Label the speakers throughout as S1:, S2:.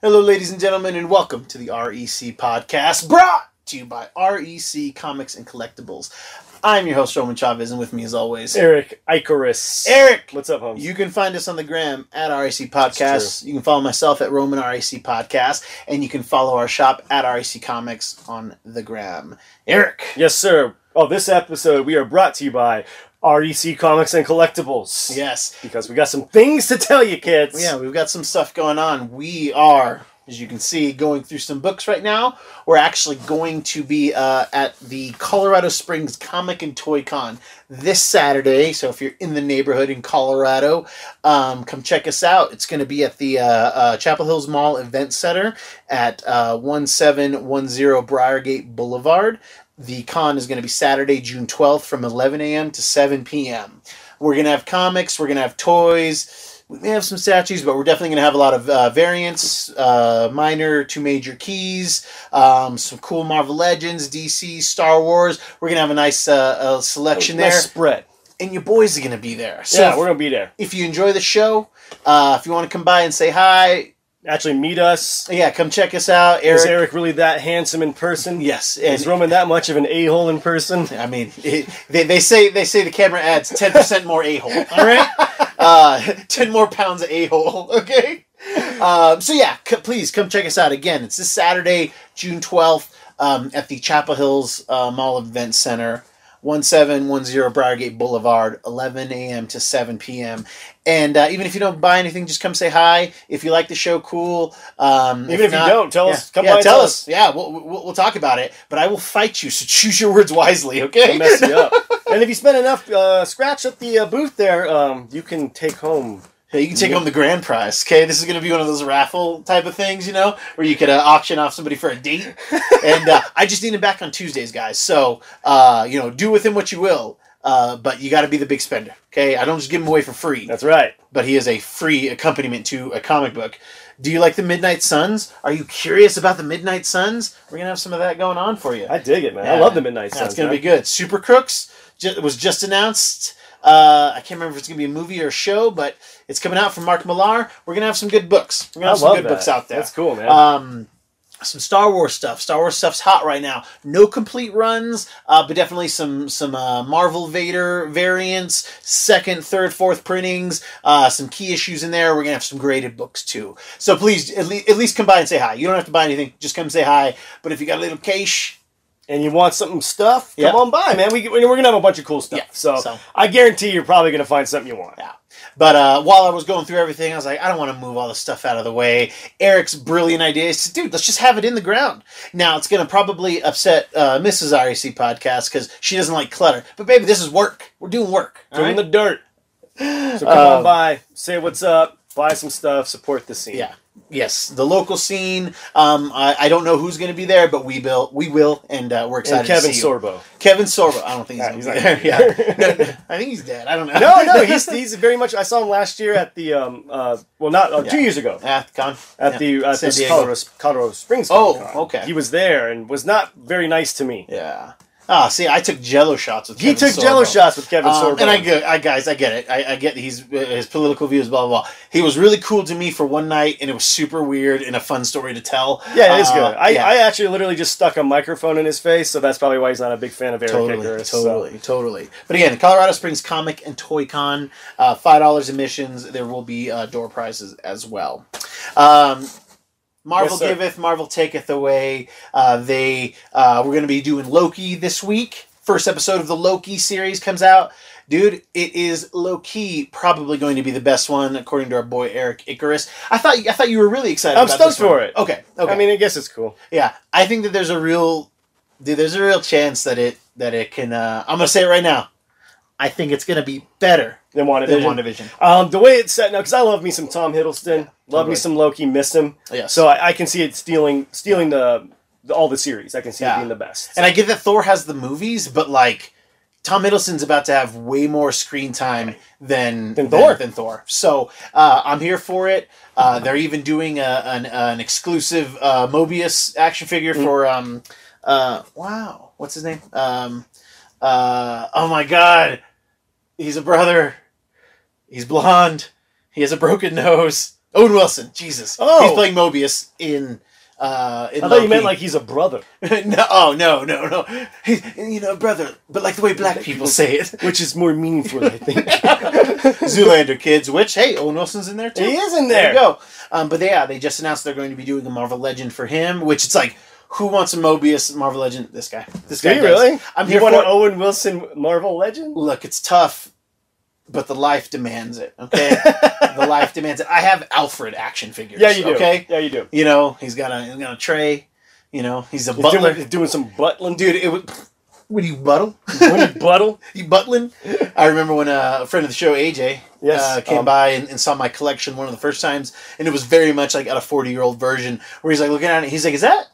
S1: Hello, ladies and gentlemen, and welcome to the REC podcast brought to you by REC Comics and Collectibles. I'm your host, Roman Chavez, and with me, as always,
S2: Eric Icarus.
S1: Eric.
S2: What's up, homie?
S1: You can find us on the gram at REC Podcast. You can follow myself at Roman REC Podcast, and you can follow our shop at REC Comics on the gram. Eric.
S2: yes, sir. Oh, this episode we are brought to you by REC Comics and Collectibles.
S1: Yes.
S2: Because we got some things to tell you, kids.
S1: Yeah, we've got some stuff going on. We are, as you can see, going through some books right now. We're actually going to be uh, at the Colorado Springs Comic and Toy Con this Saturday. So if you're in the neighborhood in Colorado, um, come check us out. It's going to be at the uh, uh, Chapel Hills Mall Event Center at uh, 1710 Briargate Boulevard. The con is going to be Saturday, June 12th from 11 a.m. to 7 p.m. We're going to have comics, we're going to have toys, we may have some statues, but we're definitely going to have a lot of uh, variants, uh, minor to major keys, um, some cool Marvel Legends, DC, Star Wars. We're going to have a nice uh, uh, selection there,
S2: Nice spread.
S1: and your boys are going to be there. So
S2: yeah,
S1: if-
S2: we're gonna be there.
S1: if you enjoy the show, uh, if you want to come by and say hi,
S2: Actually, meet us.
S1: yeah, come check us out.
S2: Is
S1: Eric,
S2: Eric really that handsome in person?
S1: yes,
S2: Is
S1: and
S2: Roman that much of an a-hole in person?
S1: I mean, it, they, they say they say the camera adds ten percent more a hole. All right, uh, ten more pounds of a hole. Okay, um, so yeah, c- please come check us out again. It's this Saturday, June twelfth, um, at the Chapel Hills uh, Mall Event Center. 1710 Briargate Boulevard, 11 a.m. to 7 p.m. And uh, even if you don't buy anything, just come say hi. If you like the show, cool. Um,
S2: Even if you
S1: not-
S2: don't, tell
S1: yeah.
S2: us- come
S1: yeah,
S2: by and
S1: tell,
S2: tell
S1: us. Yeah, we'll, we'll, we'll talk about it, but I will fight you, so choose your words wisely, okay?
S2: I'll mess you up. and if you spend enough uh, scratch at the uh, booth there, um, you can take home.
S1: Yeah, you can take home the grand prize, okay? This is going to be one of those raffle type of things, you know, where you could uh, auction off somebody for a date. and uh, I just need him back on Tuesdays, guys. So, uh, you know, do with him what you will, uh, but you got to be the big spender, okay? I don't just give him away for free,
S2: That's right.
S1: but he is a free accompaniment to a comic book. Do you like the Midnight Suns? Are you curious about the Midnight Suns? We're going to have some of that going on for you.
S2: I dig it, man. I
S1: Yeah.
S2: love the Midnight Suns.
S1: That's going to
S2: man.
S1: be good. Super Crooks ju- was just announced. Uh, I can't remember if it's going to be a movie or a show, but it's coming out from Mark Millar. We're going to have some good books. We're going to
S2: I
S1: have some
S2: love
S1: good
S2: that.
S1: books out there.
S2: That's cool, man.
S1: Um, some Star Wars stuff. Star Wars stuff's hot right now. No complete runs, uh, but definitely some some uh, Marvel Vader variants, second, third, fourth printings, uh, some key issues in there. We're gonna have some graded books too. So please, at, le- at least come by and say hi. You don't have to buy anything; just come say hi. But if you got a little cash,
S2: and you want something stuff,
S1: Yeah.
S2: come on by, man. We, we're gonna have a bunch of cool stuff.
S1: Yeah,
S2: So,
S1: so-
S2: I guarantee you're probably gonna find something you want.
S1: Yeah. But uh, while I was going through everything, I was like, I don't want to move all this stuff out of the way. Eric's brilliant idea is, to, dude, let's just have it in the ground. Now, it's going to probably upset uh, Mrs. REC podcast because she doesn't like clutter. But, baby, this is work. We're doing work. all right?
S2: Doing the dirt. So come
S1: Um,
S2: on by, say what's up, buy some stuff, support the scene.
S1: yeah. Yes, the local scene. Um, I, I don't know who's going to be there, but we will. We will, and uh, we're excited.
S2: And Kevin
S1: to see you.
S2: Sorbo.
S1: Kevin Sorbo. I don't think he's,
S2: Yeah,
S1: gonna
S2: he's
S1: be
S2: not
S1: there.
S2: gonna
S1: yeah,
S2: be there.
S1: No, no, I think he's dead. I don't know.
S2: No, no, he's he's very much. I saw him last year at the um uh well not uh, two
S1: Yeah.
S2: years ago
S1: yeah, gone
S2: at
S1: Yeah.
S2: the at
S1: San
S2: the
S1: Diego.
S2: Colorado, Colorado Springs.
S1: Oh,
S2: Comic-Con.
S1: okay.
S2: He was there and was not very nice to me.
S1: Yeah. Ah, see, I took Jello shots with.
S2: He
S1: Kevin
S2: took
S1: Sorbo.
S2: Jello shots with Kevin
S1: Um,
S2: Sorbo,
S1: and I get, I guys, I get it. I, I get he's uh, his political views, blah blah blah. He was really cool to me for one night, and it was super weird and a fun story to tell.
S2: Yeah, it is
S1: Uh,
S2: good. I,
S1: yeah,
S2: I actually literally just stuck a microphone in his face, so that's probably why he's not a big fan of Eric
S1: totally,
S2: Icarus, so.
S1: totally, totally. But again, Colorado Springs Comic and Toy Con, uh, five dollars admissions. There will be uh, door prizes as well. Um, Marvel
S2: Yes, sir.
S1: giveth, Marvel taketh away. Uh, they uh, we're going to be doing Loki this week. First episode of the Loki series comes out. Dude, it is low key probably going to be the best one according to our boy Eric Icarus. I thought I thought you were really excited.
S2: I'm
S1: about
S2: stoked
S1: this one.
S2: for it.
S1: Okay, okay.
S2: I mean, I guess it's cool.
S1: Yeah, I think that there's a real, dude, there's a real chance that it that it can. Uh, I'm gonna say it right now. I think it's gonna be better
S2: Then wanted
S1: than WandaVision.
S2: Um, the way it's set now, because I love me some Tom Hiddleston, love
S1: totally.
S2: me some Loki, miss him.
S1: Yeah.
S2: So I, I can see it stealing, stealing the, the all the series. I can see
S1: Yeah.
S2: it being the best.
S1: and I get that Thor has the movies, but like Tom Hiddleston's about to have way more screen time than
S2: Than Thor.
S1: Than Thor. So uh, I'm here for it. Uh, they're even doing a, an, an exclusive uh, Mobius action figure
S2: Mm.
S1: for um, uh, wow, what's his name? Um, uh, oh my god, he's a brother. He's blonde. He has a broken nose. Owen Wilson. Jesus.
S2: Oh.
S1: He's playing Mobius in. Uh, in
S2: I thought you
S1: Loki.
S2: meant like he's a brother,
S1: no, oh no, no, no. He's, you know, brother, but like the way black people say it.
S2: which is more meaningful, I think.
S1: Zoolander kids, which hey, Owen Wilson's in there too.
S2: He is in
S1: There
S2: there.
S1: you go. Um, but they, yeah, they just announced they're going to be doing a Marvel Legend for him, which it's like, who wants a Mobius Marvel Legend? This guy. This
S2: Do
S1: guy.
S2: you
S1: does.
S2: really?
S1: I'm
S2: you
S1: here
S2: want
S1: for.
S2: an Owen Wilson Marvel legend?
S1: Look, it's tough, but the life demands it. Okay, the life demands it. I have Alfred action figures.
S2: Yeah, you do.
S1: Okay,
S2: Yeah, you do.
S1: you know he's got a he's got a tray. You know he's a
S2: He's
S1: butler.
S2: doing, he's doing some buttling, dude.
S1: Dude, it was. Would you buttle?
S2: When you buttle,
S1: You butlin? I remember when uh, a friend of the show, AJ,
S2: Yes,
S1: uh, came
S2: um,
S1: by and, and saw my collection one of the first times, and it was very much like at a 40 year old version where he's like looking at it, he's like, Is that?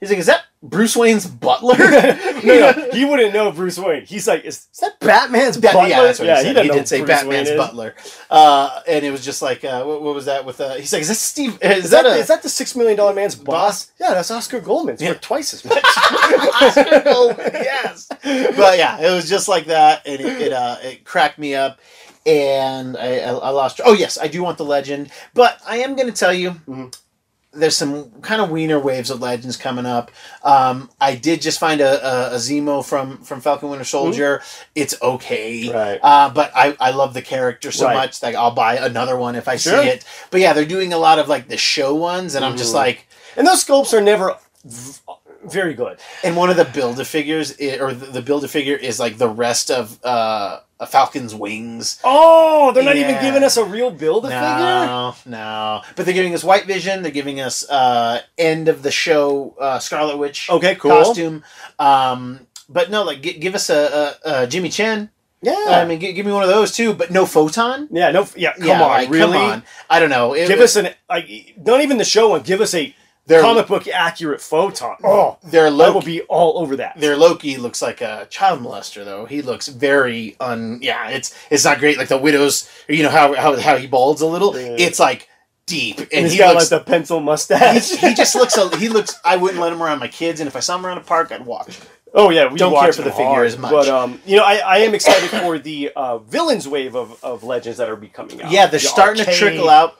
S1: He's like, Is that Bruce Wayne's butler?
S2: no, no, he wouldn't know Bruce Wayne. He's like, is, is that Batman's
S1: Bat-
S2: butler?
S1: yeah, that's what he said.
S2: doesn't
S1: He,
S2: know who
S1: did say
S2: Bruce Wayne
S1: Batman's
S2: is.
S1: butler. Uh, and it was just like, uh, what, what was that with? Uh, he's like, Is that Steve? Is,
S2: Is
S1: that,
S2: that,
S1: a.
S2: is that the six million dollar man's boss?
S1: Boss?
S2: Yeah, that's Oscar Goldman. It's
S1: Yeah.
S2: worth twice as much.
S1: Oscar Goldman, yes. But yeah, it was just like that, and it it, uh, it cracked me up, and I, I, I lost. Oh yes, I do want the legend, but I am going to tell you.
S2: Mhm.
S1: There's some kind of wiener waves of legends coming up. Um, I did just find a, a, a Zemo from from Falcon Winter Soldier. It's okay,
S2: Mm-hmm. Right.
S1: Uh, but I, I love the character so
S2: Right.
S1: much that I'll buy another one if I
S2: Sure.
S1: see it. But yeah, they're doing a lot of like the show ones, and I'm just
S2: Mhm.
S1: like,
S2: and those sculpts are never v- very good.
S1: And one of the build a figures, i- or the- the build a figure, is like the rest of uh, a Falcon's wings.
S2: Oh, they're not
S1: Yeah.
S2: even giving us a real build a figure.
S1: No, no. But they're giving us White Vision. They're giving us uh, end of the show uh, Scarlet Witch
S2: Okay, cool.
S1: costume. Um, but no, like gi- give us a, a, a Jimmy Chen.
S2: Yeah,
S1: I mean, gi- give me one of those too. But no photon.
S2: yeah, no, f- yeah. Come
S1: Yeah,
S2: on,
S1: like,
S2: really?
S1: I don't know. It
S2: Give
S1: was-
S2: us an like, not even the show one. Give us a
S1: their
S2: comic book accurate photon. Oh,
S1: their
S2: I will
S1: Loki.
S2: be all over that.
S1: Their Loki looks like a child molester, though. He looks very un. Yeah, it's it's not great. Like the widow's, you know how how, how he balds a little.
S2: Yeah.
S1: It's like deep, and,
S2: and he's
S1: he
S2: got
S1: looks.
S2: like the pencil mustache.
S1: he just looks. A, he looks. I wouldn't let him around my kids, and if I saw him around a park, I'd watch.
S2: oh yeah, we
S1: Don't
S2: watch
S1: care for
S2: it
S1: the figure
S2: hard,
S1: as much.
S2: But um, you know, I, I am excited for the uh, villains wave of, of legends that are be coming out.
S1: Yeah, they're
S2: Oh, The
S1: starting to
S2: arcade.
S1: trickle out.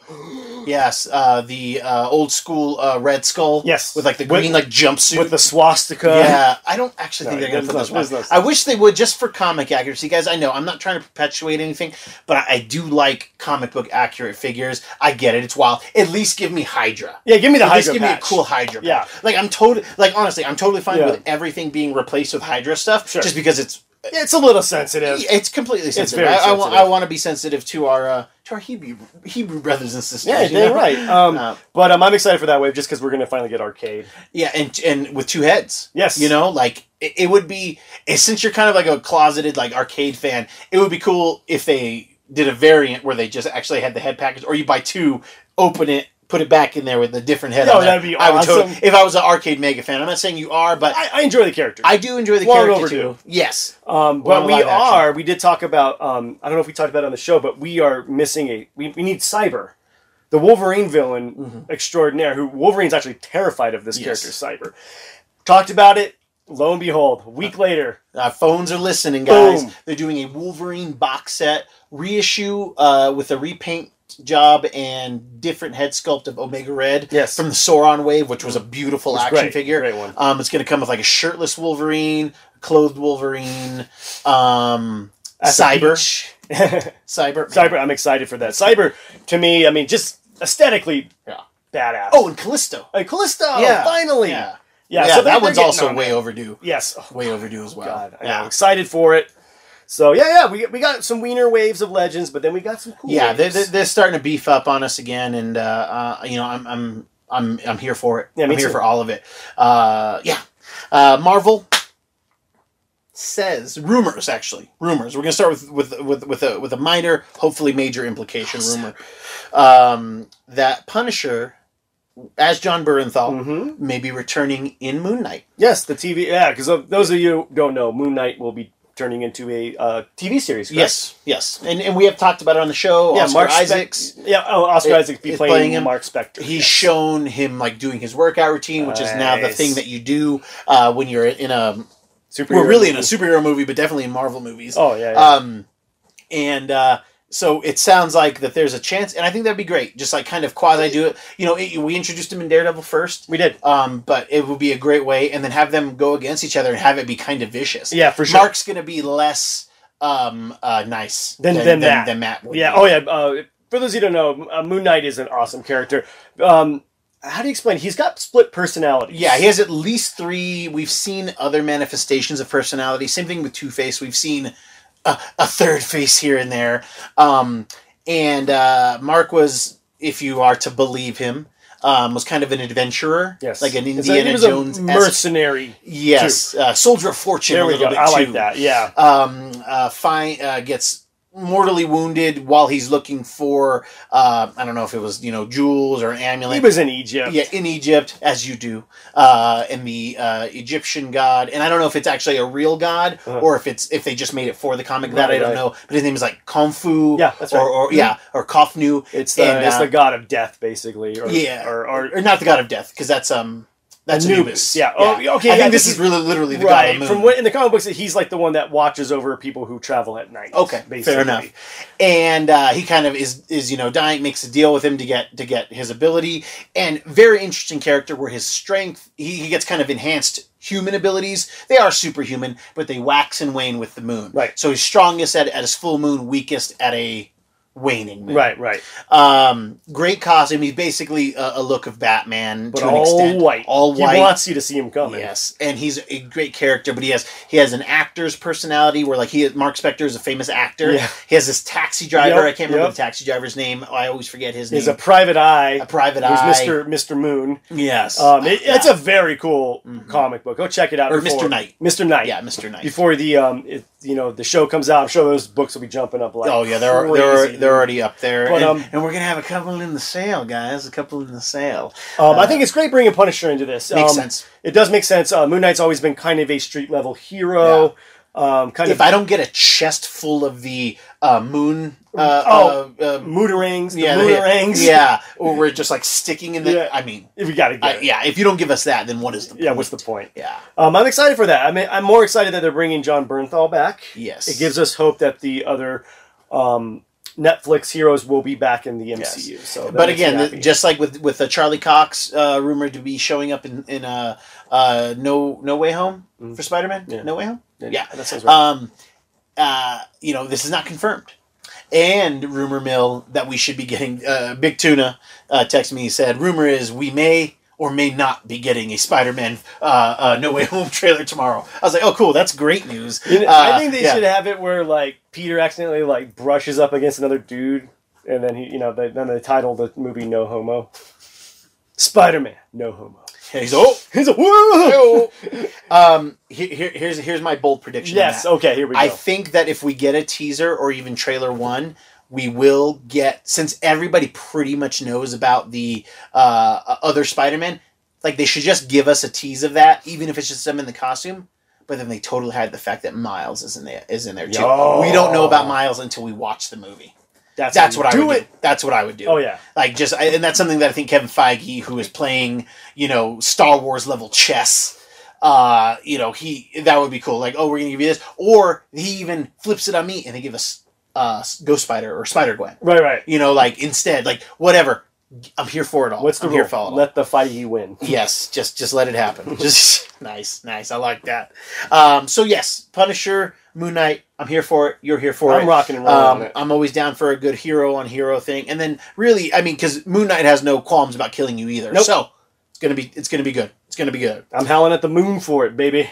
S1: Yes, uh, the uh, old school uh, Red Skull.
S2: Yes.
S1: with like the
S2: With-
S1: green like jumpsuit.
S2: with the swastika.
S1: yeah, I don't actually think
S2: No,
S1: they're going to put
S2: there's
S1: those
S2: no- there's
S1: one.
S2: no-
S1: I wish they would just for comic accuracy, guys. I know I'm not trying to perpetuate anything, but I, I do like comic book accurate figures. I get it; it's wild. At least give me Hydra.
S2: yeah. Give me the
S1: At least
S2: Hydra
S1: give me a
S2: patch.
S1: cool Hydra.
S2: Yeah.
S1: patch. like I'm totally like honestly, I'm totally fine
S2: Yeah.
S1: with everything being replaced with Hydra stuff,
S2: Sure.
S1: just because it's e,
S2: Yeah, It's a little sensitive.
S1: it's completely sensitive.
S2: very
S1: I, I, wa-
S2: sensitive.
S1: I want to be sensitive to our uh, to our Hebrew Hebrew brothers and sisters.
S2: Yeah,
S1: you
S2: they're
S1: know?
S2: right. Um,
S1: Uh,
S2: but um, I'm excited for that wave just because we're gonna finally get arcade.
S1: Yeah, and and with two heads.
S2: Yes.
S1: You know, like it, it would be eh, since you're kind of like a closeted like arcade fan, it would be cool if they did a variant where they just actually had the head package, or you buy two, open it, put it back in there with a different head.
S2: Yo,
S1: on there.
S2: that'd be
S1: I would totally,
S2: awesome.
S1: if I was an arcade mega fan. I'm not saying you are, but I,
S2: I, I enjoy the character.
S1: do enjoy the
S2: Long
S1: character
S2: overdue.
S1: too. Yes.
S2: Um,
S1: We're on
S2: but we
S1: live action.
S2: are. We did talk about. Um, I don't know if we talked about it on the show, but we are missing a. We, we need Cyber, the Wolverine villain extraordinaire. Who Wolverine's actually terrified of this
S1: Mm-hmm. Yes.
S2: character, Cyber. Talked about it. Lo and behold, a week later,
S1: Uh, phones are listening, guys.
S2: Boom.
S1: They're doing a Wolverine box set reissue uh, with a repaint job and different head sculpt of Omega Red
S2: Yes. Mm.
S1: from the Sauron Wave, which was a beautiful
S2: It's
S1: action
S2: great,
S1: figure.
S2: great one.
S1: Um, it's going to come with like a shirtless Wolverine, clothed Wolverine, um,
S2: At the
S1: Cyber.
S2: Cyber.
S1: Cyber.
S2: I'm excited for that. Cyber to me, I mean, just aesthetically,
S1: Yeah.
S2: badass.
S1: Oh, and Callisto.
S2: Hey, Callisto!
S1: Yeah.
S2: Finally.
S1: Yeah.
S2: Yeah,
S1: Yeah,
S2: so
S1: that one's also
S2: way.
S1: way overdue.
S2: Yes. Oh,
S1: Way overdue as well.
S2: God, I know.
S1: yeah.
S2: excited for it. So yeah, yeah, we, we got some wiener waves of legends, but then we got some cool.
S1: Yeah, they're,
S2: waves.
S1: they're they're starting to beef up on us again, and uh, uh, you know, I'm I'm I'm I'm here for it.
S2: Yeah, me
S1: I'm here
S2: too.
S1: for all of it. Uh, yeah, uh, Marvel says rumors actually rumors. We're gonna start with with with with a with a minor, hopefully major implication rumor um, that Punisher, as John Bernthal,
S2: Mhm.
S1: may be returning in Moon Knight.
S2: Yes, the TV. Yeah, because those of you who don't know, Moon Knight will be turning into a uh, TV series. correct?
S1: Yes, yes, and and we have talked about it on the show.
S2: Yeah,
S1: Oscar
S2: Mark Spec-
S1: Isaacs.
S2: Yeah, oh, Oscar
S1: It-
S2: Isaac be
S1: it's
S2: playing,
S1: playing him.
S2: Mark Spector.
S1: he's
S2: yes.
S1: shown him like doing his workout routine, which is now the
S2: Nice.
S1: thing that you do uh, when you're in a
S2: Superhero
S1: we're really in a Uh,
S2: movie.
S1: superhero movie, but definitely in Marvel movies.
S2: Oh yeah, yeah.
S1: Um, and uh, So it sounds like that there's a chance, and I think that'd be great. Just like kind of quasi do it. You know, it, we introduced him in Daredevil first,
S2: We did.
S1: um, but it would be a great way, and then have them go against each other and have it be kind of vicious.
S2: Yeah, for sure.
S1: Mark's gonna be less um, uh, nice
S2: Than- than Matt.
S1: than Matt would
S2: Yeah.
S1: be.
S2: Oh, yeah. Uh, for those who don't know, uh, Moon Knight is an awesome character. Um, how do you explain? He's got split personalities.
S1: Yeah, he has at least three. We've seen other manifestations of personality. Same thing with Two Face. We've seen a, a third face here and there. Um, and uh, Mark was, if you are to believe him, um, was kind of an adventurer.
S2: yes.
S1: like an
S2: It's
S1: Indiana
S2: he was
S1: Jones.
S2: a mercenary.
S1: Yes, uh, soldier of fortune.
S2: There
S1: a
S2: we
S1: little
S2: go.
S1: Bit
S2: I like
S1: too.
S2: that. Yeah.
S1: Um, uh, fine, uh, gets mortally wounded while he's looking for uh, I don't know if it was you know jewels or an amulet
S2: He was in Egypt.
S1: Uh, yeah in egypt as you do uh and the uh egyptian god and i don't know if it's actually a real god
S2: Uh-huh.
S1: or if it's if they just made it for the comic that
S2: Right,
S1: i don't
S2: right.
S1: know but his name is like kung
S2: Yeah, that's
S1: or,
S2: right. Mm-hmm.
S1: or yeah or kofnu
S2: It's the
S1: And,
S2: it's
S1: uh,
S2: the god of death, basically. Or,
S1: yeah
S2: Or, or
S1: or not the god of death because that's um that's
S2: Anubis.
S1: anubis,
S2: Yeah. Oh, okay,
S1: i
S2: yeah,
S1: think
S2: this
S1: this
S2: is-
S1: is really literally the god of
S2: right
S1: the moon
S2: from what in the comic books, he's like the one that watches over people who travel at night.
S1: Okay, fair enough. And uh, he kind of is is you know dying makes a deal with him to get to get his ability and very interesting character where his strength he, he gets kind of enhanced human abilities they are superhuman but they wax and wane with the moon
S2: Right.
S1: so he's strongest at, at his full moon weakest at a waning moon
S2: Right, right.
S1: um great costume he's basically a, a look of Batman
S2: But
S1: to an
S2: all
S1: extent
S2: white.
S1: all white
S2: He wants you to see him coming.
S1: Yes, and he's a great character, but he has he has an actor's personality where like he Mark Spector is a famous actor.
S2: Yeah.
S1: He has this taxi driver.
S2: Yep,
S1: I can't remember
S2: yep.
S1: the taxi driver's name. Oh, I always forget his
S2: He's a
S1: name.
S2: private eye.
S1: Mm. A private
S2: Who's
S1: eye.
S2: Mr. Mr. Moon?
S1: Yes.
S2: Um, it- It's
S1: Yeah. Mm-hmm.
S2: a very cool comic book. Go check it out.
S1: Or
S2: before-
S1: Mr. Knight.
S2: Mr. Knight.
S1: yeah, Mr. Knight.
S2: Before the um, it, you know, the show comes out, I'm sure those books will be jumping up like.
S1: Oh yeah, they're they're
S2: crazy.
S1: they're already up there,
S2: But,
S1: and,
S2: um,
S1: and we're gonna have a couple in the sale, guys. A couple in the sale.
S2: Um, I
S1: uh,
S2: think it's great bringing Punisher into this.
S1: Makes
S2: Um,
S1: sense.
S2: It does make sense. Uh, Moon Knight's always been kind of a street level hero. Um, kind
S1: If
S2: of
S1: I don't get a chest full of the uh, moon, uh,
S2: Oh,
S1: uh, uh,
S2: mooterangs, the
S1: yeah,
S2: mooterangs.
S1: yeah, or we're just like sticking in the.
S2: Yeah.
S1: I mean,
S2: If we gotta get.
S1: I,
S2: it.
S1: yeah. If you don't give us that, then what is the?
S2: Yeah, What's the point?
S1: Yeah.
S2: Um, I'm excited for that. I mean, I'm more excited that they're bringing John Bernthal back.
S1: Yes.
S2: It gives us hope that the other um, Netflix heroes will be back in the
S1: Yes.
S2: MCU. So, that
S1: but
S2: makes me
S1: again,
S2: happy.
S1: th- just like with with uh, Charlie Cox uh, rumored to be showing up in in uh, uh, no no way home for Spider Man.
S2: Mm-hmm. Yeah.
S1: No way home. yeah.
S2: that sounds right.
S1: Um, uh, you know, this is not confirmed. And rumor mill that we should be getting uh, Big Tuna uh, texted me. He said, "Rumor is we may or may not be getting a Spider-Man uh, uh, No Way Home trailer tomorrow." I was like, "Oh, cool! That's great news."
S2: You know,
S1: Uh,
S2: I think they
S1: yeah.
S2: should have it where like Peter accidentally like brushes up against another dude, and then he, you know, they, then they title the movie "No Homo." Spider Man, no homo.
S1: Yeah, he's oh,
S2: He's a whoa.
S1: um, here, here, here's here's my bold prediction. on
S2: Yes.
S1: that.
S2: Okay. Here we go.
S1: I think that if we get a teaser or even trailer one, we will get since everybody pretty much knows about the uh, other Spider-Man. Like they should just give us a tease of that, even if it's just them in the costume. But then they totally hide the fact that Miles is in there. Is in there too.
S2: Yo.
S1: We don't know about Miles until we watch the movie.
S2: that's
S1: That's
S2: how
S1: what I
S2: you
S1: would do. That's what I would do.
S2: Oh yeah.
S1: Like just, I, and that's something that I think Kevin Feige, who is playing, you know, Star Wars level chess, uh, you know, he that would be cool. Like, oh, we're gonna give you this, or he even flips it on me and they give us uh, Ghost Spider or Spider Gwen.
S2: Right. Right.
S1: You know, like instead, like whatever. I'm here for it all.
S2: What's the
S1: I'm
S2: rule?
S1: Here for it all.
S2: Let the Feige win.
S1: Yes, just just let it happen. Just nice, nice. I like that. Um, so yes, Punisher, Moon Knight. I'm here for it. You're here for it.
S2: I'm rocking and rolling on
S1: Um,
S2: it.
S1: I'm always down for a good hero on hero thing, and then really, I mean, because Moon Knight has no qualms about killing you either.
S2: Nope.
S1: So it's gonna be it's gonna be good. It's gonna be good.
S2: I'm howling at the moon for it, baby.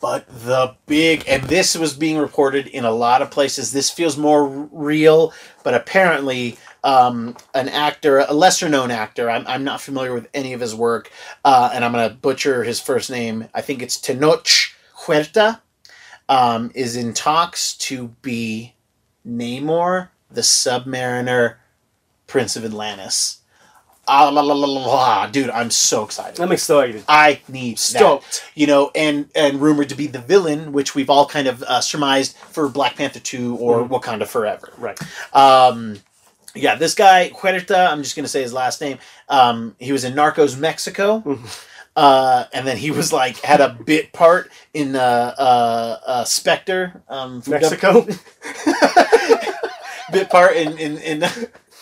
S1: But the big and this was being reported in a lot of places. This feels more r- real, but apparently, um, an actor, a lesser known actor, I'm, I'm not familiar with any of his work, uh, and I'm gonna butcher his first name. I think it's Tenoch Huerta. Um, is in talks to be Namor, the Submariner, Prince of Atlantis. Ah, la, la, la, la, la. dude, I'm so excited.
S2: I'm excited.
S1: I need that
S2: Stoked.
S1: you know, and and rumored to be the villain, which we've all kind of uh, surmised for Black Panther two or Wakanda Forever.
S2: Right.
S1: Um, yeah, this guy Huerta, I'm just gonna say his last name. Um, he was in Narcos Mexico, uh, and then he was like had a bit part in uh, uh, uh, Spectre um, from
S2: Mexico.
S1: bit part in in in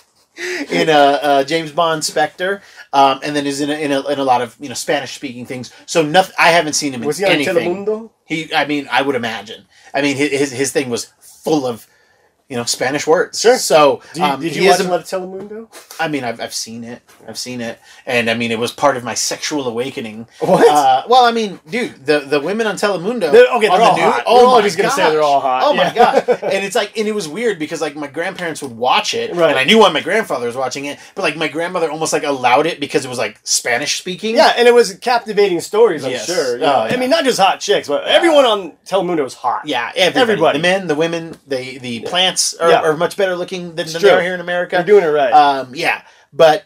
S1: in uh, uh, James Bond Spectre, um, and then is in a, in a, in a lot of you know Spanish speaking things. So nothing. I haven't seen him in
S2: Was he on
S1: anything.
S2: Telemundo?
S1: He, I mean, I would imagine. I mean, hi- his his thing was full of you know Spanish words.
S2: Sure.
S1: So
S2: Did you,
S1: um,
S2: did
S1: he
S2: you watch
S1: is
S2: a
S1: a-
S2: lot of Telemundo?
S1: I mean, I've, I've seen it. I've seen it, and I mean, it was part of my sexual awakening.
S2: What?
S1: Uh, well, I mean, dude, the the women on Telemundo.
S2: They're- okay,
S1: on
S2: they're all
S1: the
S2: hot.
S1: Oh
S2: We're all
S1: my
S2: just gonna say
S1: gosh.
S2: they're all hot.
S1: Oh my
S2: Yeah.
S1: god! And it's like, and it was weird because like my grandparents would watch it,
S2: Right.
S1: and I knew why my grandfather was watching it, but like my grandmother almost like allowed it because it was like Spanish speaking.
S2: Yeah, and it was captivating stories, I'm
S1: Yes.
S2: sure.
S1: Oh,
S2: Yeah.
S1: yeah.
S2: I mean, not just hot chicks, but everyone on Telemundo is hot.
S1: Yeah, everybody.
S2: Everybody.
S1: The men, the women, the the plants are,
S2: Yeah.
S1: are much better looking than, than they
S2: true.
S1: are here in America.
S2: You're doing it right.
S1: Um, yeah, but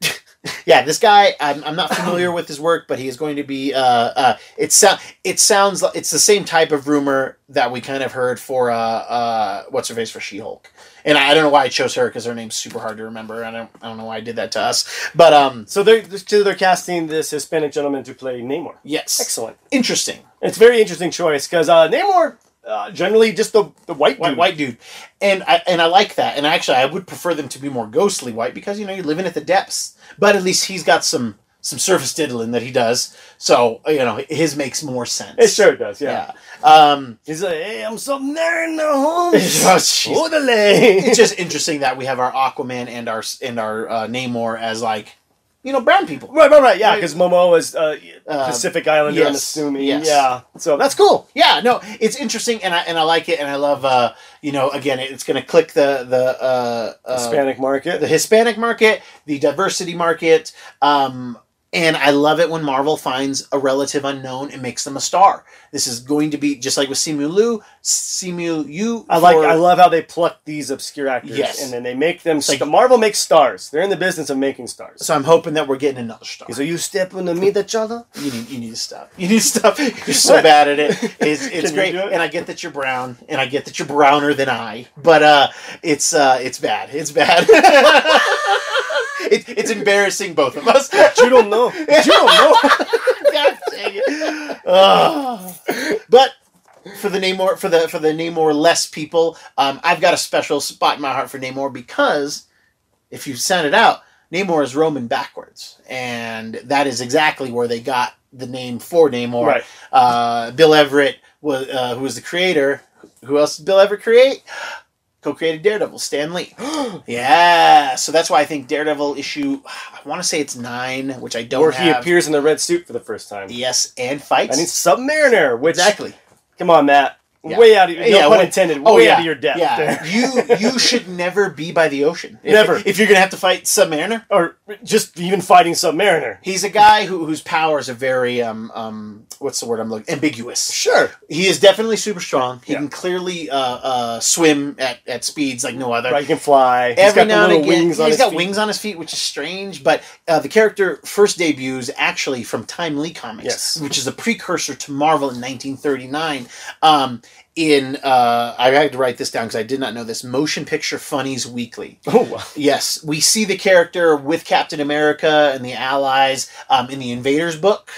S1: yeah, this guy, I'm, I'm not familiar with his work, but he is going to be. Uh, uh, it so, it sounds like it's the same type of rumor that we kind of heard for uh, uh, what's her face for She Hulk, and I, I don't know why I chose her because her name's super hard to remember. I don't I don't know why I did that to us, but um,
S2: so they're so they're casting this Hispanic gentleman to play Namor.
S1: yes,
S2: Excellent.
S1: interesting.
S2: It's a very interesting choice because uh, Namor uh, generally just the, the white
S1: white
S2: dude.
S1: white dude, and I and I like that. And actually, I would prefer them to be more ghostly white because you know you're living at the depths. But at least he's got some some surface diddling that he does. So you know his makes more sense.
S2: It sure does. Yeah.
S1: Yeah. Um,
S2: He's like, hey, I'm something there in the home.
S1: Oh, jeez.
S2: Orderly.
S1: it's just interesting that we have our Aquaman and our and our uh, Namor as like, you know, brown people.
S2: Right, right, right. Yeah, because Momo is uh,
S1: Uh,
S2: Pacific Islander, I'm
S1: yes,
S2: assuming.
S1: yes.
S2: Yeah. So that's
S1: That's cool. Yeah, no, it's interesting, and I and I like it, and I love. Uh, you know, again, it's going to click the the uh, uh,
S2: Hispanic market.
S1: the Hispanic market, the diversity market, um, and I love it when Marvel finds a relative unknown and makes them a star. This is going to be just like with Simu Liu, Simu Yu.
S2: I like.
S1: for-
S2: I love how they pluck these obscure actors,
S1: Yes.
S2: and then they make them.
S1: like-
S2: sta- Marvel makes stars. They're in the business of making stars.
S1: So I'm hoping that we're getting another star.
S2: So you step in to meet each other.
S1: You need, you need to stop. You need to stop. You're so bad at it. It's,
S2: Can
S1: it's
S2: you
S1: great,
S2: do it?
S1: and I get that you're brown, and I get that you're browner than I. But uh, it's uh, it's bad. It's bad. it, it's embarrassing both of us.
S2: You don't know. You don't know.
S1: God dang it. Ugh. But for the Namor for the for the Namor less people, um, I've got a special spot in my heart for Namor because if you sound it out, Namor is Roman backwards, and that is exactly where they got the name for Namor.
S2: Right.
S1: Uh, Bill Everett was uh, who was the creator. Who else did Bill Everett create? Co-created Daredevil, Stan Lee. yeah, so that's why I think Daredevil issue. I want to say it's nine, which I don't.
S2: Or he
S1: have.
S2: appears in the red suit for the first time.
S1: Yes, and
S2: I
S1: fights.
S2: need Submariner. Which
S1: exactly.
S2: Come on, Matt.
S1: Yeah.
S2: Way out of no
S1: Yeah,
S2: pun
S1: way- oh,
S2: intended. way out of your depth.
S1: Yeah,
S2: There.
S1: you you should never be by the ocean. If-
S2: Never.
S1: If you're gonna have to fight Submariner,
S2: Or just even fighting Submariner.
S1: he's a guy who whose powers are very um um what's the word I'm looking ambiguous.
S2: Sure.
S1: He is definitely super strong. He
S2: Yeah.
S1: can clearly uh, uh, swim at, at speeds like no other.
S2: Right, he can fly. he's
S1: Every
S2: got the
S1: now and
S2: little
S1: again,
S2: wings on
S1: he's
S2: his
S1: got
S2: feet.
S1: wings on his feet, which is strange. But uh, the character first debuts actually from Time Lee Comics,
S2: Yes.
S1: which is a precursor to Marvel in 1939. Um, in uh, I had to write this down because I did not know this. Motion Picture Funnies Weekly.
S2: Oh, wow.
S1: Yes, we see the character with Captain America and the Allies um, in the Invaders book.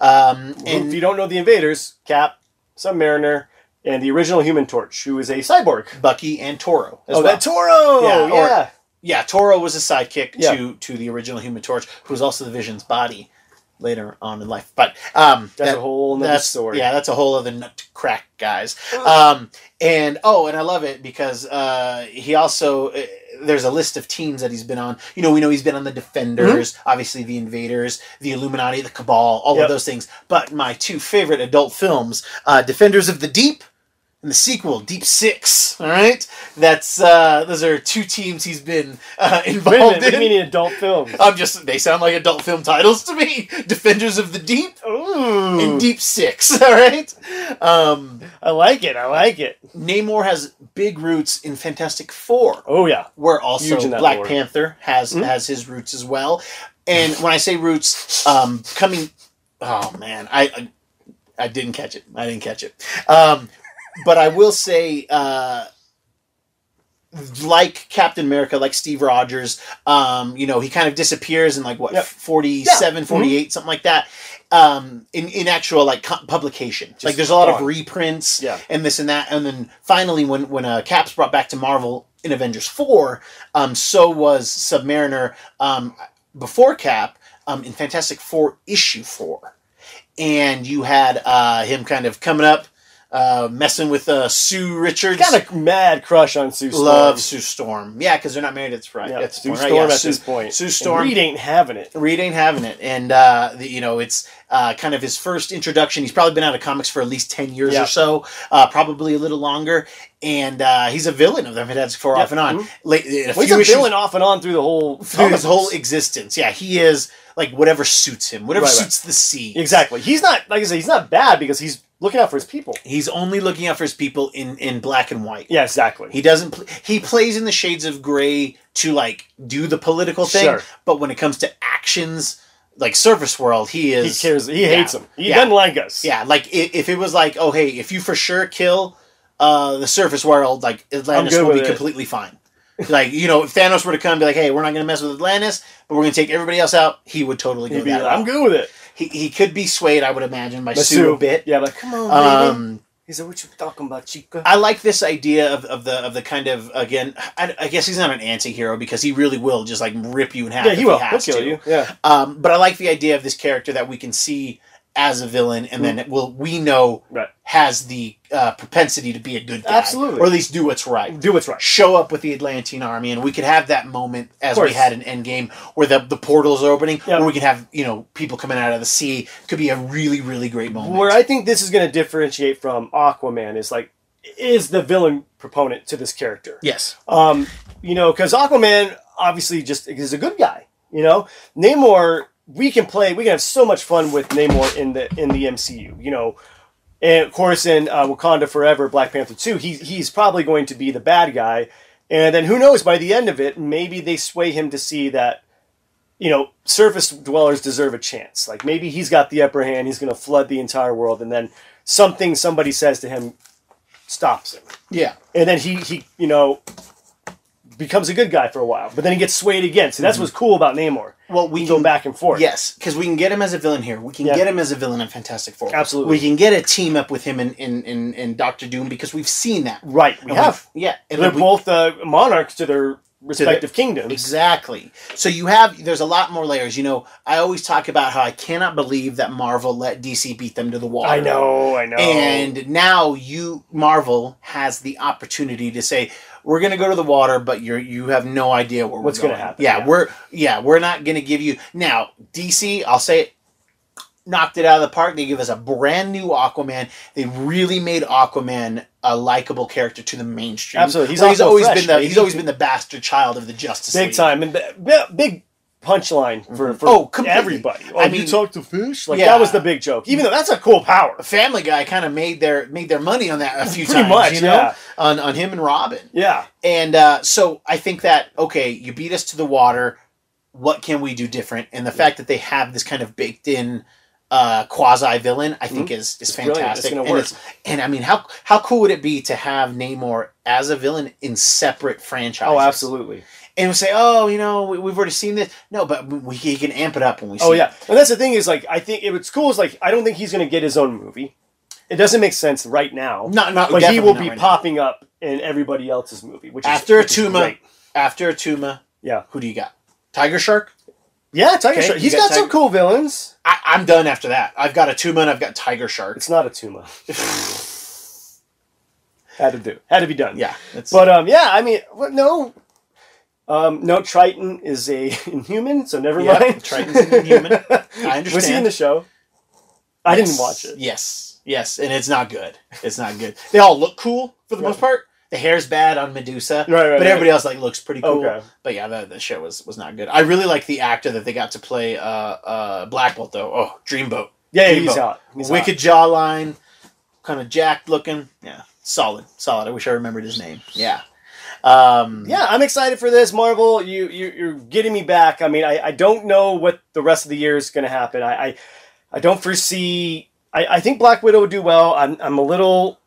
S1: Um,
S2: if
S1: and
S2: you don't know the invaders, Cap, Submariner, and the original Human Torch, who is a cyborg.
S1: Bucky and Toro. As well.
S2: oh, that Toro!
S1: Yeah,
S2: Yeah,
S1: or- yeah, Toro was a sidekick
S2: Yeah.
S1: to to the original Human Torch, who was also the Vision's body later on in life. But um,
S2: that's
S1: that-
S2: a whole nother
S1: that's
S2: story.
S1: yeah, that's a whole other nut to crack, guys. Um, and oh, and I love it because uh, he also uh, there's a list of teams that he's been on. You know, we know he's been on the Defenders, obviously the Invaders, the Illuminati, the Cabal, all of
S2: Mm-hmm. Yep.
S1: those things. But my two favorite adult films, uh, Defenders of the Deep. And the sequel, Deep Six. All right, that's uh, those are two teams he's been uh,
S2: Wait a
S1: involved
S2: minute, what do
S1: in.
S2: you mean an adult film?
S1: I'm just they sound like adult film titles to me. Defenders of the Deep in
S2: Ooh,
S1: Deep Six. All right. Um,
S2: I like it, I like it.
S1: Namor has big roots in Fantastic Four,
S2: Oh, yeah.
S1: where also
S2: Huge in that
S1: Black
S2: lore. Hmm?
S1: Panther has has his roots as well. And when I say roots, um, coming, oh man, I I I didn't catch it. I didn't catch it. Um, but I will say. Uh, like Captain America, like Steve Rogers, um, you know, he kind of disappears in like what
S2: Yep.
S1: 47,
S2: Yeah. Mm-hmm.
S1: 48, something like that. Um, in, in actual like co- publication, like there's a lot of
S2: gone.
S1: reprints
S2: Yeah.
S1: and this and that. And then finally, when, when uh, Cap's brought back to Marvel in Avengers four, um, so was Submariner um, before Cap um, in Fantastic Four issue four, and you had uh, him kind of coming up, uh, messing with uh, Sue Richards.
S2: Got a mad crush on Sue Storm.
S1: Love Sue Storm, yeah, because they're not married. That's right.
S2: Yeah,
S1: That's
S2: Sue
S1: the point, right?
S2: Storm
S1: Yeah,
S2: at
S1: Sue-
S2: this point.
S1: Sue
S2: And
S1: Storm.
S2: Reed ain't having it.
S1: Reed ain't having it, and uh, the, you know it's uh, kind of his first introduction. He's probably been out of comics for at least ten years
S2: Yeah.
S1: or so, uh, probably a little longer. And uh, he's a villain of them. It has four off and on.
S2: Mhm.
S1: Late, in a
S2: Well, he's
S1: few
S2: a
S1: issues-
S2: villain off and on through the whole
S1: through his
S2: comics.
S1: whole e- existence. Yeah, he is like whatever suits him, whatever
S2: Right, right.
S1: suits the sea.
S2: Exactly. He's not like I said. He's not bad because he's looking out for his people.
S1: He's only looking out for his people in in black and white.
S2: Yeah, exactly.
S1: He doesn't. Pl- he plays in the shades of gray to like do the political thing,
S2: Sure.
S1: but when it comes to actions, like surface world, he
S2: he
S1: is.
S2: cares. He
S1: Yeah.
S2: hates him. He
S1: Yeah.
S2: doesn't like us.
S1: Yeah, like i- if it was like, oh hey, if you for sure kill uh, the surface world, like Atlantis
S2: good
S1: will be
S2: with it.
S1: completely fine. like you know, if Thanos were to come, and be like, hey, we're not gonna mess with Atlantis, but we're gonna take everybody else out. He would totally go
S2: He'd be
S1: that.
S2: like, I'm
S1: route.
S2: good with it.
S1: He he could be swayed, I would imagine, by
S2: But
S1: Sue a bit.
S2: Yeah, like come on, baby.
S1: Um,
S2: He's like, what you talking about, chica?
S1: I like this idea of, of the of the kind of again. I, I guess he's not an anti-hero because he really will just like rip you in half.
S2: yeah,
S1: if
S2: he will. He'll
S1: has
S2: kill
S1: to.
S2: you. Yeah.
S1: Um, but I like the idea of this character that we can see as a villain, and
S2: Hmm.
S1: then will we know
S2: Right.
S1: has the uh, propensity to be a good guy,
S2: Absolutely.
S1: or at least do what's right.
S2: Do what's right.
S1: Show up with the Atlantean army, and we could have that moment as we
S2: course.
S1: had in Endgame, where the the portals are opening,
S2: Yeah.
S1: where we can have you know people coming out of the sea. Could be a really really great moment.
S2: Where I think this is going to differentiate from Aquaman is like, is the villain proponent to this character.
S1: yes,
S2: Um, you know, because Aquaman obviously just is a good guy. You know, Namor. We can play. We can have so much fun with Namor in the in the MCU. You know, and of course in uh, Wakanda Forever, Black Panther Two, he, he's probably going to be the bad guy. And then who knows? By the end of it, maybe they sway him to see that. You know, surface dwellers deserve a chance. Like maybe he's got the upper hand. He's going to flood the entire world, and then something somebody says to him stops him
S1: yeah.
S2: and then he he you know becomes a good guy for a while, but then he gets swayed again. So that's what's cool about Namor.
S1: Well, Mm-hmm. we
S2: He can go
S1: can-
S2: back and forth.
S1: Yes, because we can get him as a villain here. We can
S2: Yeah.
S1: get him as a villain in Fantastic Four.
S2: Absolutely.
S1: We can get a team up with him in in in, in Doctor Doom because we've seen that.
S2: right. We
S1: And
S2: have.
S1: yeah, and
S2: They're
S1: we-
S2: both uh, monarchs to their respective kingdoms.
S1: Exactly. So you have there's a lot more layers. You know, I always talk about how I cannot believe that Marvel let DC beat them to the wall.
S2: I know. I know.
S1: And now you Marvel has the opportunity to say we're going to go to the water, but you are you have no idea where
S2: What's
S1: we're going
S2: gonna happen,
S1: Yeah,
S2: yeah.
S1: we're yeah we're not going to give you now DC. I'll say it knocked it out of the park. They give us a brand new Aquaman. They really made Aquaman a likable character to the mainstream.
S2: Absolutely. He's
S1: Well, he's
S2: Aquafresh,
S1: always been the
S2: baby.
S1: he's always been the bastard child of the Justice
S2: big
S1: League.
S2: time and b- b- big punchline for, for
S1: Oh, completely.
S2: everybody.
S1: I mean-
S2: talk to fish? Like
S1: Yeah.
S2: that was the big joke. Even though that's a cool power.
S1: Family Guy kind of made their made their money on that a few
S2: Pretty
S1: times,
S2: much,
S1: you know,
S2: yeah.
S1: on on him and Robin.
S2: Yeah.
S1: And uh, so I think that okay, you beat us to the water. What can we do different? And the fact that they have this kind of baked in uh, quasi villain, I think is is
S2: brilliant. Mm-hmm. It's
S1: fantastic.
S2: gonna
S1: and
S2: work.
S1: and I mean, how how cool would it be to have Namor as a villain in separate franchises?
S2: Oh, absolutely.
S1: And we say, oh, you know, we, we've already seen this. No, but we, we can amp it up when we. see
S2: Oh
S1: it.
S2: yeah, and that's the thing is like I think it, what's cool is like I don't think he's going to get his own movie. It doesn't make sense right now.
S1: No, no,
S2: but he
S1: definitely
S2: will
S1: not
S2: be
S1: right now.
S2: popping up in everybody else's movie, which
S1: after
S2: is, which is
S1: Atuma,
S2: great.
S1: after Atuma,
S2: Yeah,
S1: who do you got? Tiger Shark.
S2: yeah, Tiger
S1: Okay,
S2: Shark.
S1: you
S2: He's
S1: got
S2: got, some
S1: Tiger-
S2: cool villains.
S1: I, I'm done after that. I've got Atuma and I've got Tiger Shark.
S2: It's not Atuma. Had to do. Had to be done.
S1: Yeah, it's,
S2: But um, yeah, I mean, what, no, um, no. Triton is a inhuman, so never
S1: Yeah,
S2: mind.
S1: Triton's an inhuman. I understand.
S2: Was he in the show? I didn't watch it.
S1: Yes, yes, and it's not good. It's not good. They all look cool for the
S2: Yeah.
S1: most part. The hair's bad on Medusa,
S2: Right, right,
S1: but
S2: right.
S1: everybody else like looks pretty cool.
S2: Okay.
S1: But yeah, the, the show was was not good. I really like the actor that they got to play uh, uh, Black Bolt though. Oh, Dreamboat,
S2: Yeah,
S1: Dreamboat.
S2: he's out. He's
S1: wicked jawline, kind of jacked looking. Yeah, solid, solid. I wish I remembered his name. Yeah, um,
S2: yeah, I'm excited for this Marvel. You, you you're getting me back. I mean, I, I don't know what the rest of the year is going to happen. I, I I don't foresee. I, I think Black Widow would do well. I'm I'm a little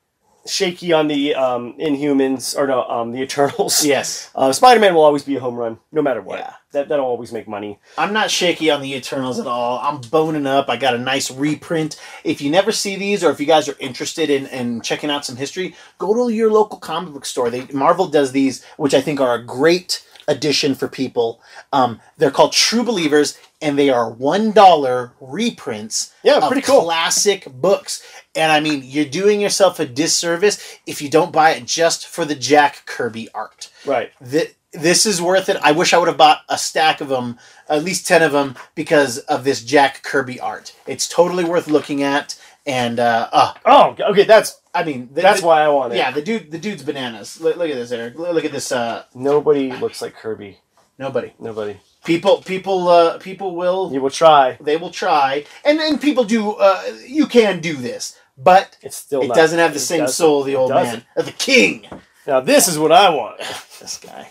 S2: shaky on the um, Inhumans or no, um, the Eternals.
S1: Yes.
S2: Uh, Spider Man will always be a home run, no matter what.
S1: Yeah.
S2: That that'll always make money.
S1: I'm not shaky on the Eternals at all. I'm boning up. I got a nice reprint. If you never see these, or if you guys are interested in, in checking out some history, go to your local comic book store. They Marvel does these, which I think are a great addition for people. Um, they're called True Believers, and they are one dollar reprints.
S2: Yeah,
S1: of
S2: pretty cool.
S1: Classic books, and I mean, you're doing yourself a disservice if you don't buy it just for the Jack Kirby art
S2: Right.
S1: th- this is worth it. I wish I would have bought a stack of them, at least 10 of them, because of this Jack Kirby art. It's totally worth looking at. And, uh, uh
S2: Oh, okay. That's
S1: I mean, the,
S2: that's
S1: the-
S2: why I want it.
S1: Yeah, the dude, the dude's bananas. Look, look at this, Eric. Look, look at this. Uh,
S2: Nobody looks like Kirby.
S1: nobody.
S2: Nobody.
S1: People, people, uh, people will.
S2: You will try.
S1: They will try, and and people do. Uh, you can do this, but
S2: It's still.
S1: it
S2: not-
S1: doesn't have the
S2: it
S1: same
S2: doesn't.
S1: soul of the
S2: It
S1: old
S2: doesn't.
S1: man, of the king.
S2: Now this is what I want.
S1: this guy.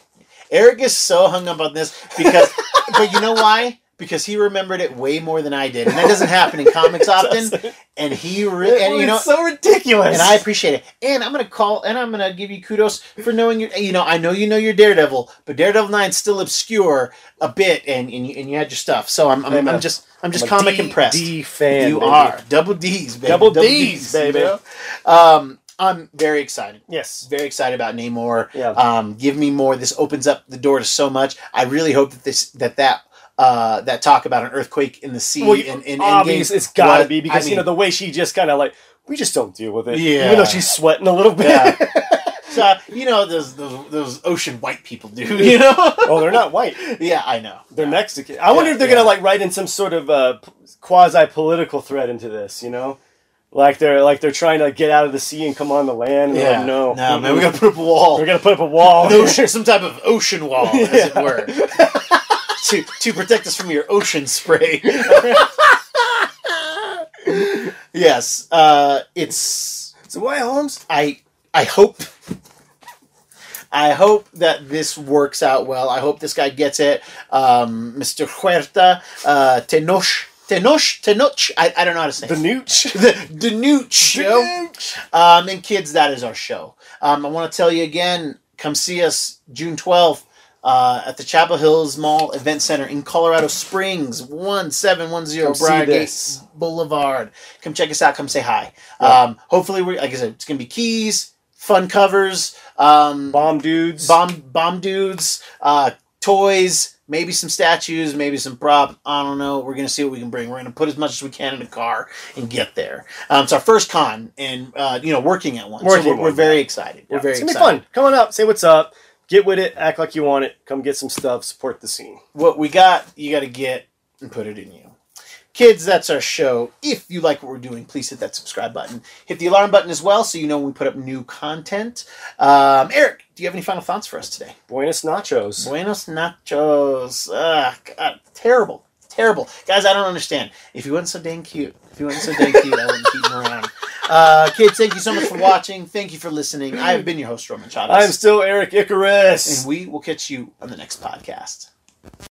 S1: Eric is so hung up on this because, but you know why? Because he remembered it way more than I did, and that doesn't happen in comics often. And he, re- and you know,
S2: it's so ridiculous.
S1: and I appreciate it. And I'm gonna call, and I'm gonna give you kudos for knowing your. You know, I know you know your Daredevil, but Daredevil Nine's still obscure a bit, and and you, and you had your stuff. So I'm I'm,
S2: I'm a-
S1: I'm just I'm just
S2: I'm a
S1: comic
S2: D-
S1: impressed.
S2: D fan.
S1: you
S2: baby.
S1: are double D's, baby.
S2: Double Ds, baby.
S1: you know? Um, I'm very excited
S2: Yes.
S1: very excited about Namor.
S2: Yeah.
S1: Um, give me more. This opens up the door to so much. I really hope that this that that uh, that talk about an earthquake in the sea
S2: Well,
S1: and, and
S2: obvious. It's gotta
S1: was-
S2: be because
S1: I
S2: you know
S1: mean,
S2: the way she just kind of like we just don't deal with it.
S1: Yeah.
S2: Even though she's sweating a little bit.
S1: Yeah. so, you know those, those those ocean white people do. You know.
S2: oh, they're not white.
S1: yeah, I know.
S2: They're Mexican. I wonder if they're
S1: yeah.
S2: gonna like write in some sort of uh, quasi political thread into this. You know, like they're like they're trying to get out of the sea and come on the land. And yeah.
S1: Yeah.
S2: Like, no.
S1: No, man, we gotta put up a wall.
S2: We're gonna put up a wall.
S1: An ocean, some type of ocean wall, as it
S2: Yeah.
S1: were, to to protect us from your ocean spray. yes, uh, it's
S2: so why Holmes?
S1: I I hope I hope that this works out well. I hope this guy gets it. Um, Mr. Huerta, uh, Tenoch, Tenoch, Tenoch. I, I don't know how to say
S2: The
S1: it.
S2: nooch.
S1: The Danuch. yo. Um, and kids, that is our show. Um, I want to tell you again, come see us June 12th uh, at the Chapel Hills Mall Event Center in Colorado Springs, 1710
S2: Come see
S1: Briargate
S2: this.
S1: Boulevard. Come check us out. Come say hi.
S2: Yeah.
S1: Um, hopefully, we're, like I said, it's going to be keys, fun covers, um,
S2: Bomb dudes.
S1: bomb, bomb dudes, uh, toys, maybe some statues, maybe some prop. I don't know. We're gonna see what we can bring. We're gonna put as much as we can in the car and get there. Um, it's our first con, and uh, you know, working at one.
S2: Working
S1: so
S2: at
S1: we're, we're
S2: one,
S1: very excited.
S2: Yeah,
S1: We're very
S2: it's gonna
S1: excited.
S2: be fun. Come on up, say what's up, get with it, act like you want it. Come get some stuff, support the scene.
S1: What we got, you got to get and put it in you. Kids, that's our show. If you like what we're doing, please hit that subscribe button. Hit the alarm button as well, so you know when we put up new content. Um, Eric, do you have any final thoughts for us today?
S2: Buenos nachos.
S1: Buenos nachos. Ah, God, terrible, terrible, guys. I don't understand. If you weren't so dang cute, if you weren't so dang cute, I wouldn't keep them around. Uh, kids, thank you so much for watching. Thank you for listening. I have been your host, Roman Chavez,
S2: I'm still Eric Icarus.
S1: and we will catch you on the next podcast.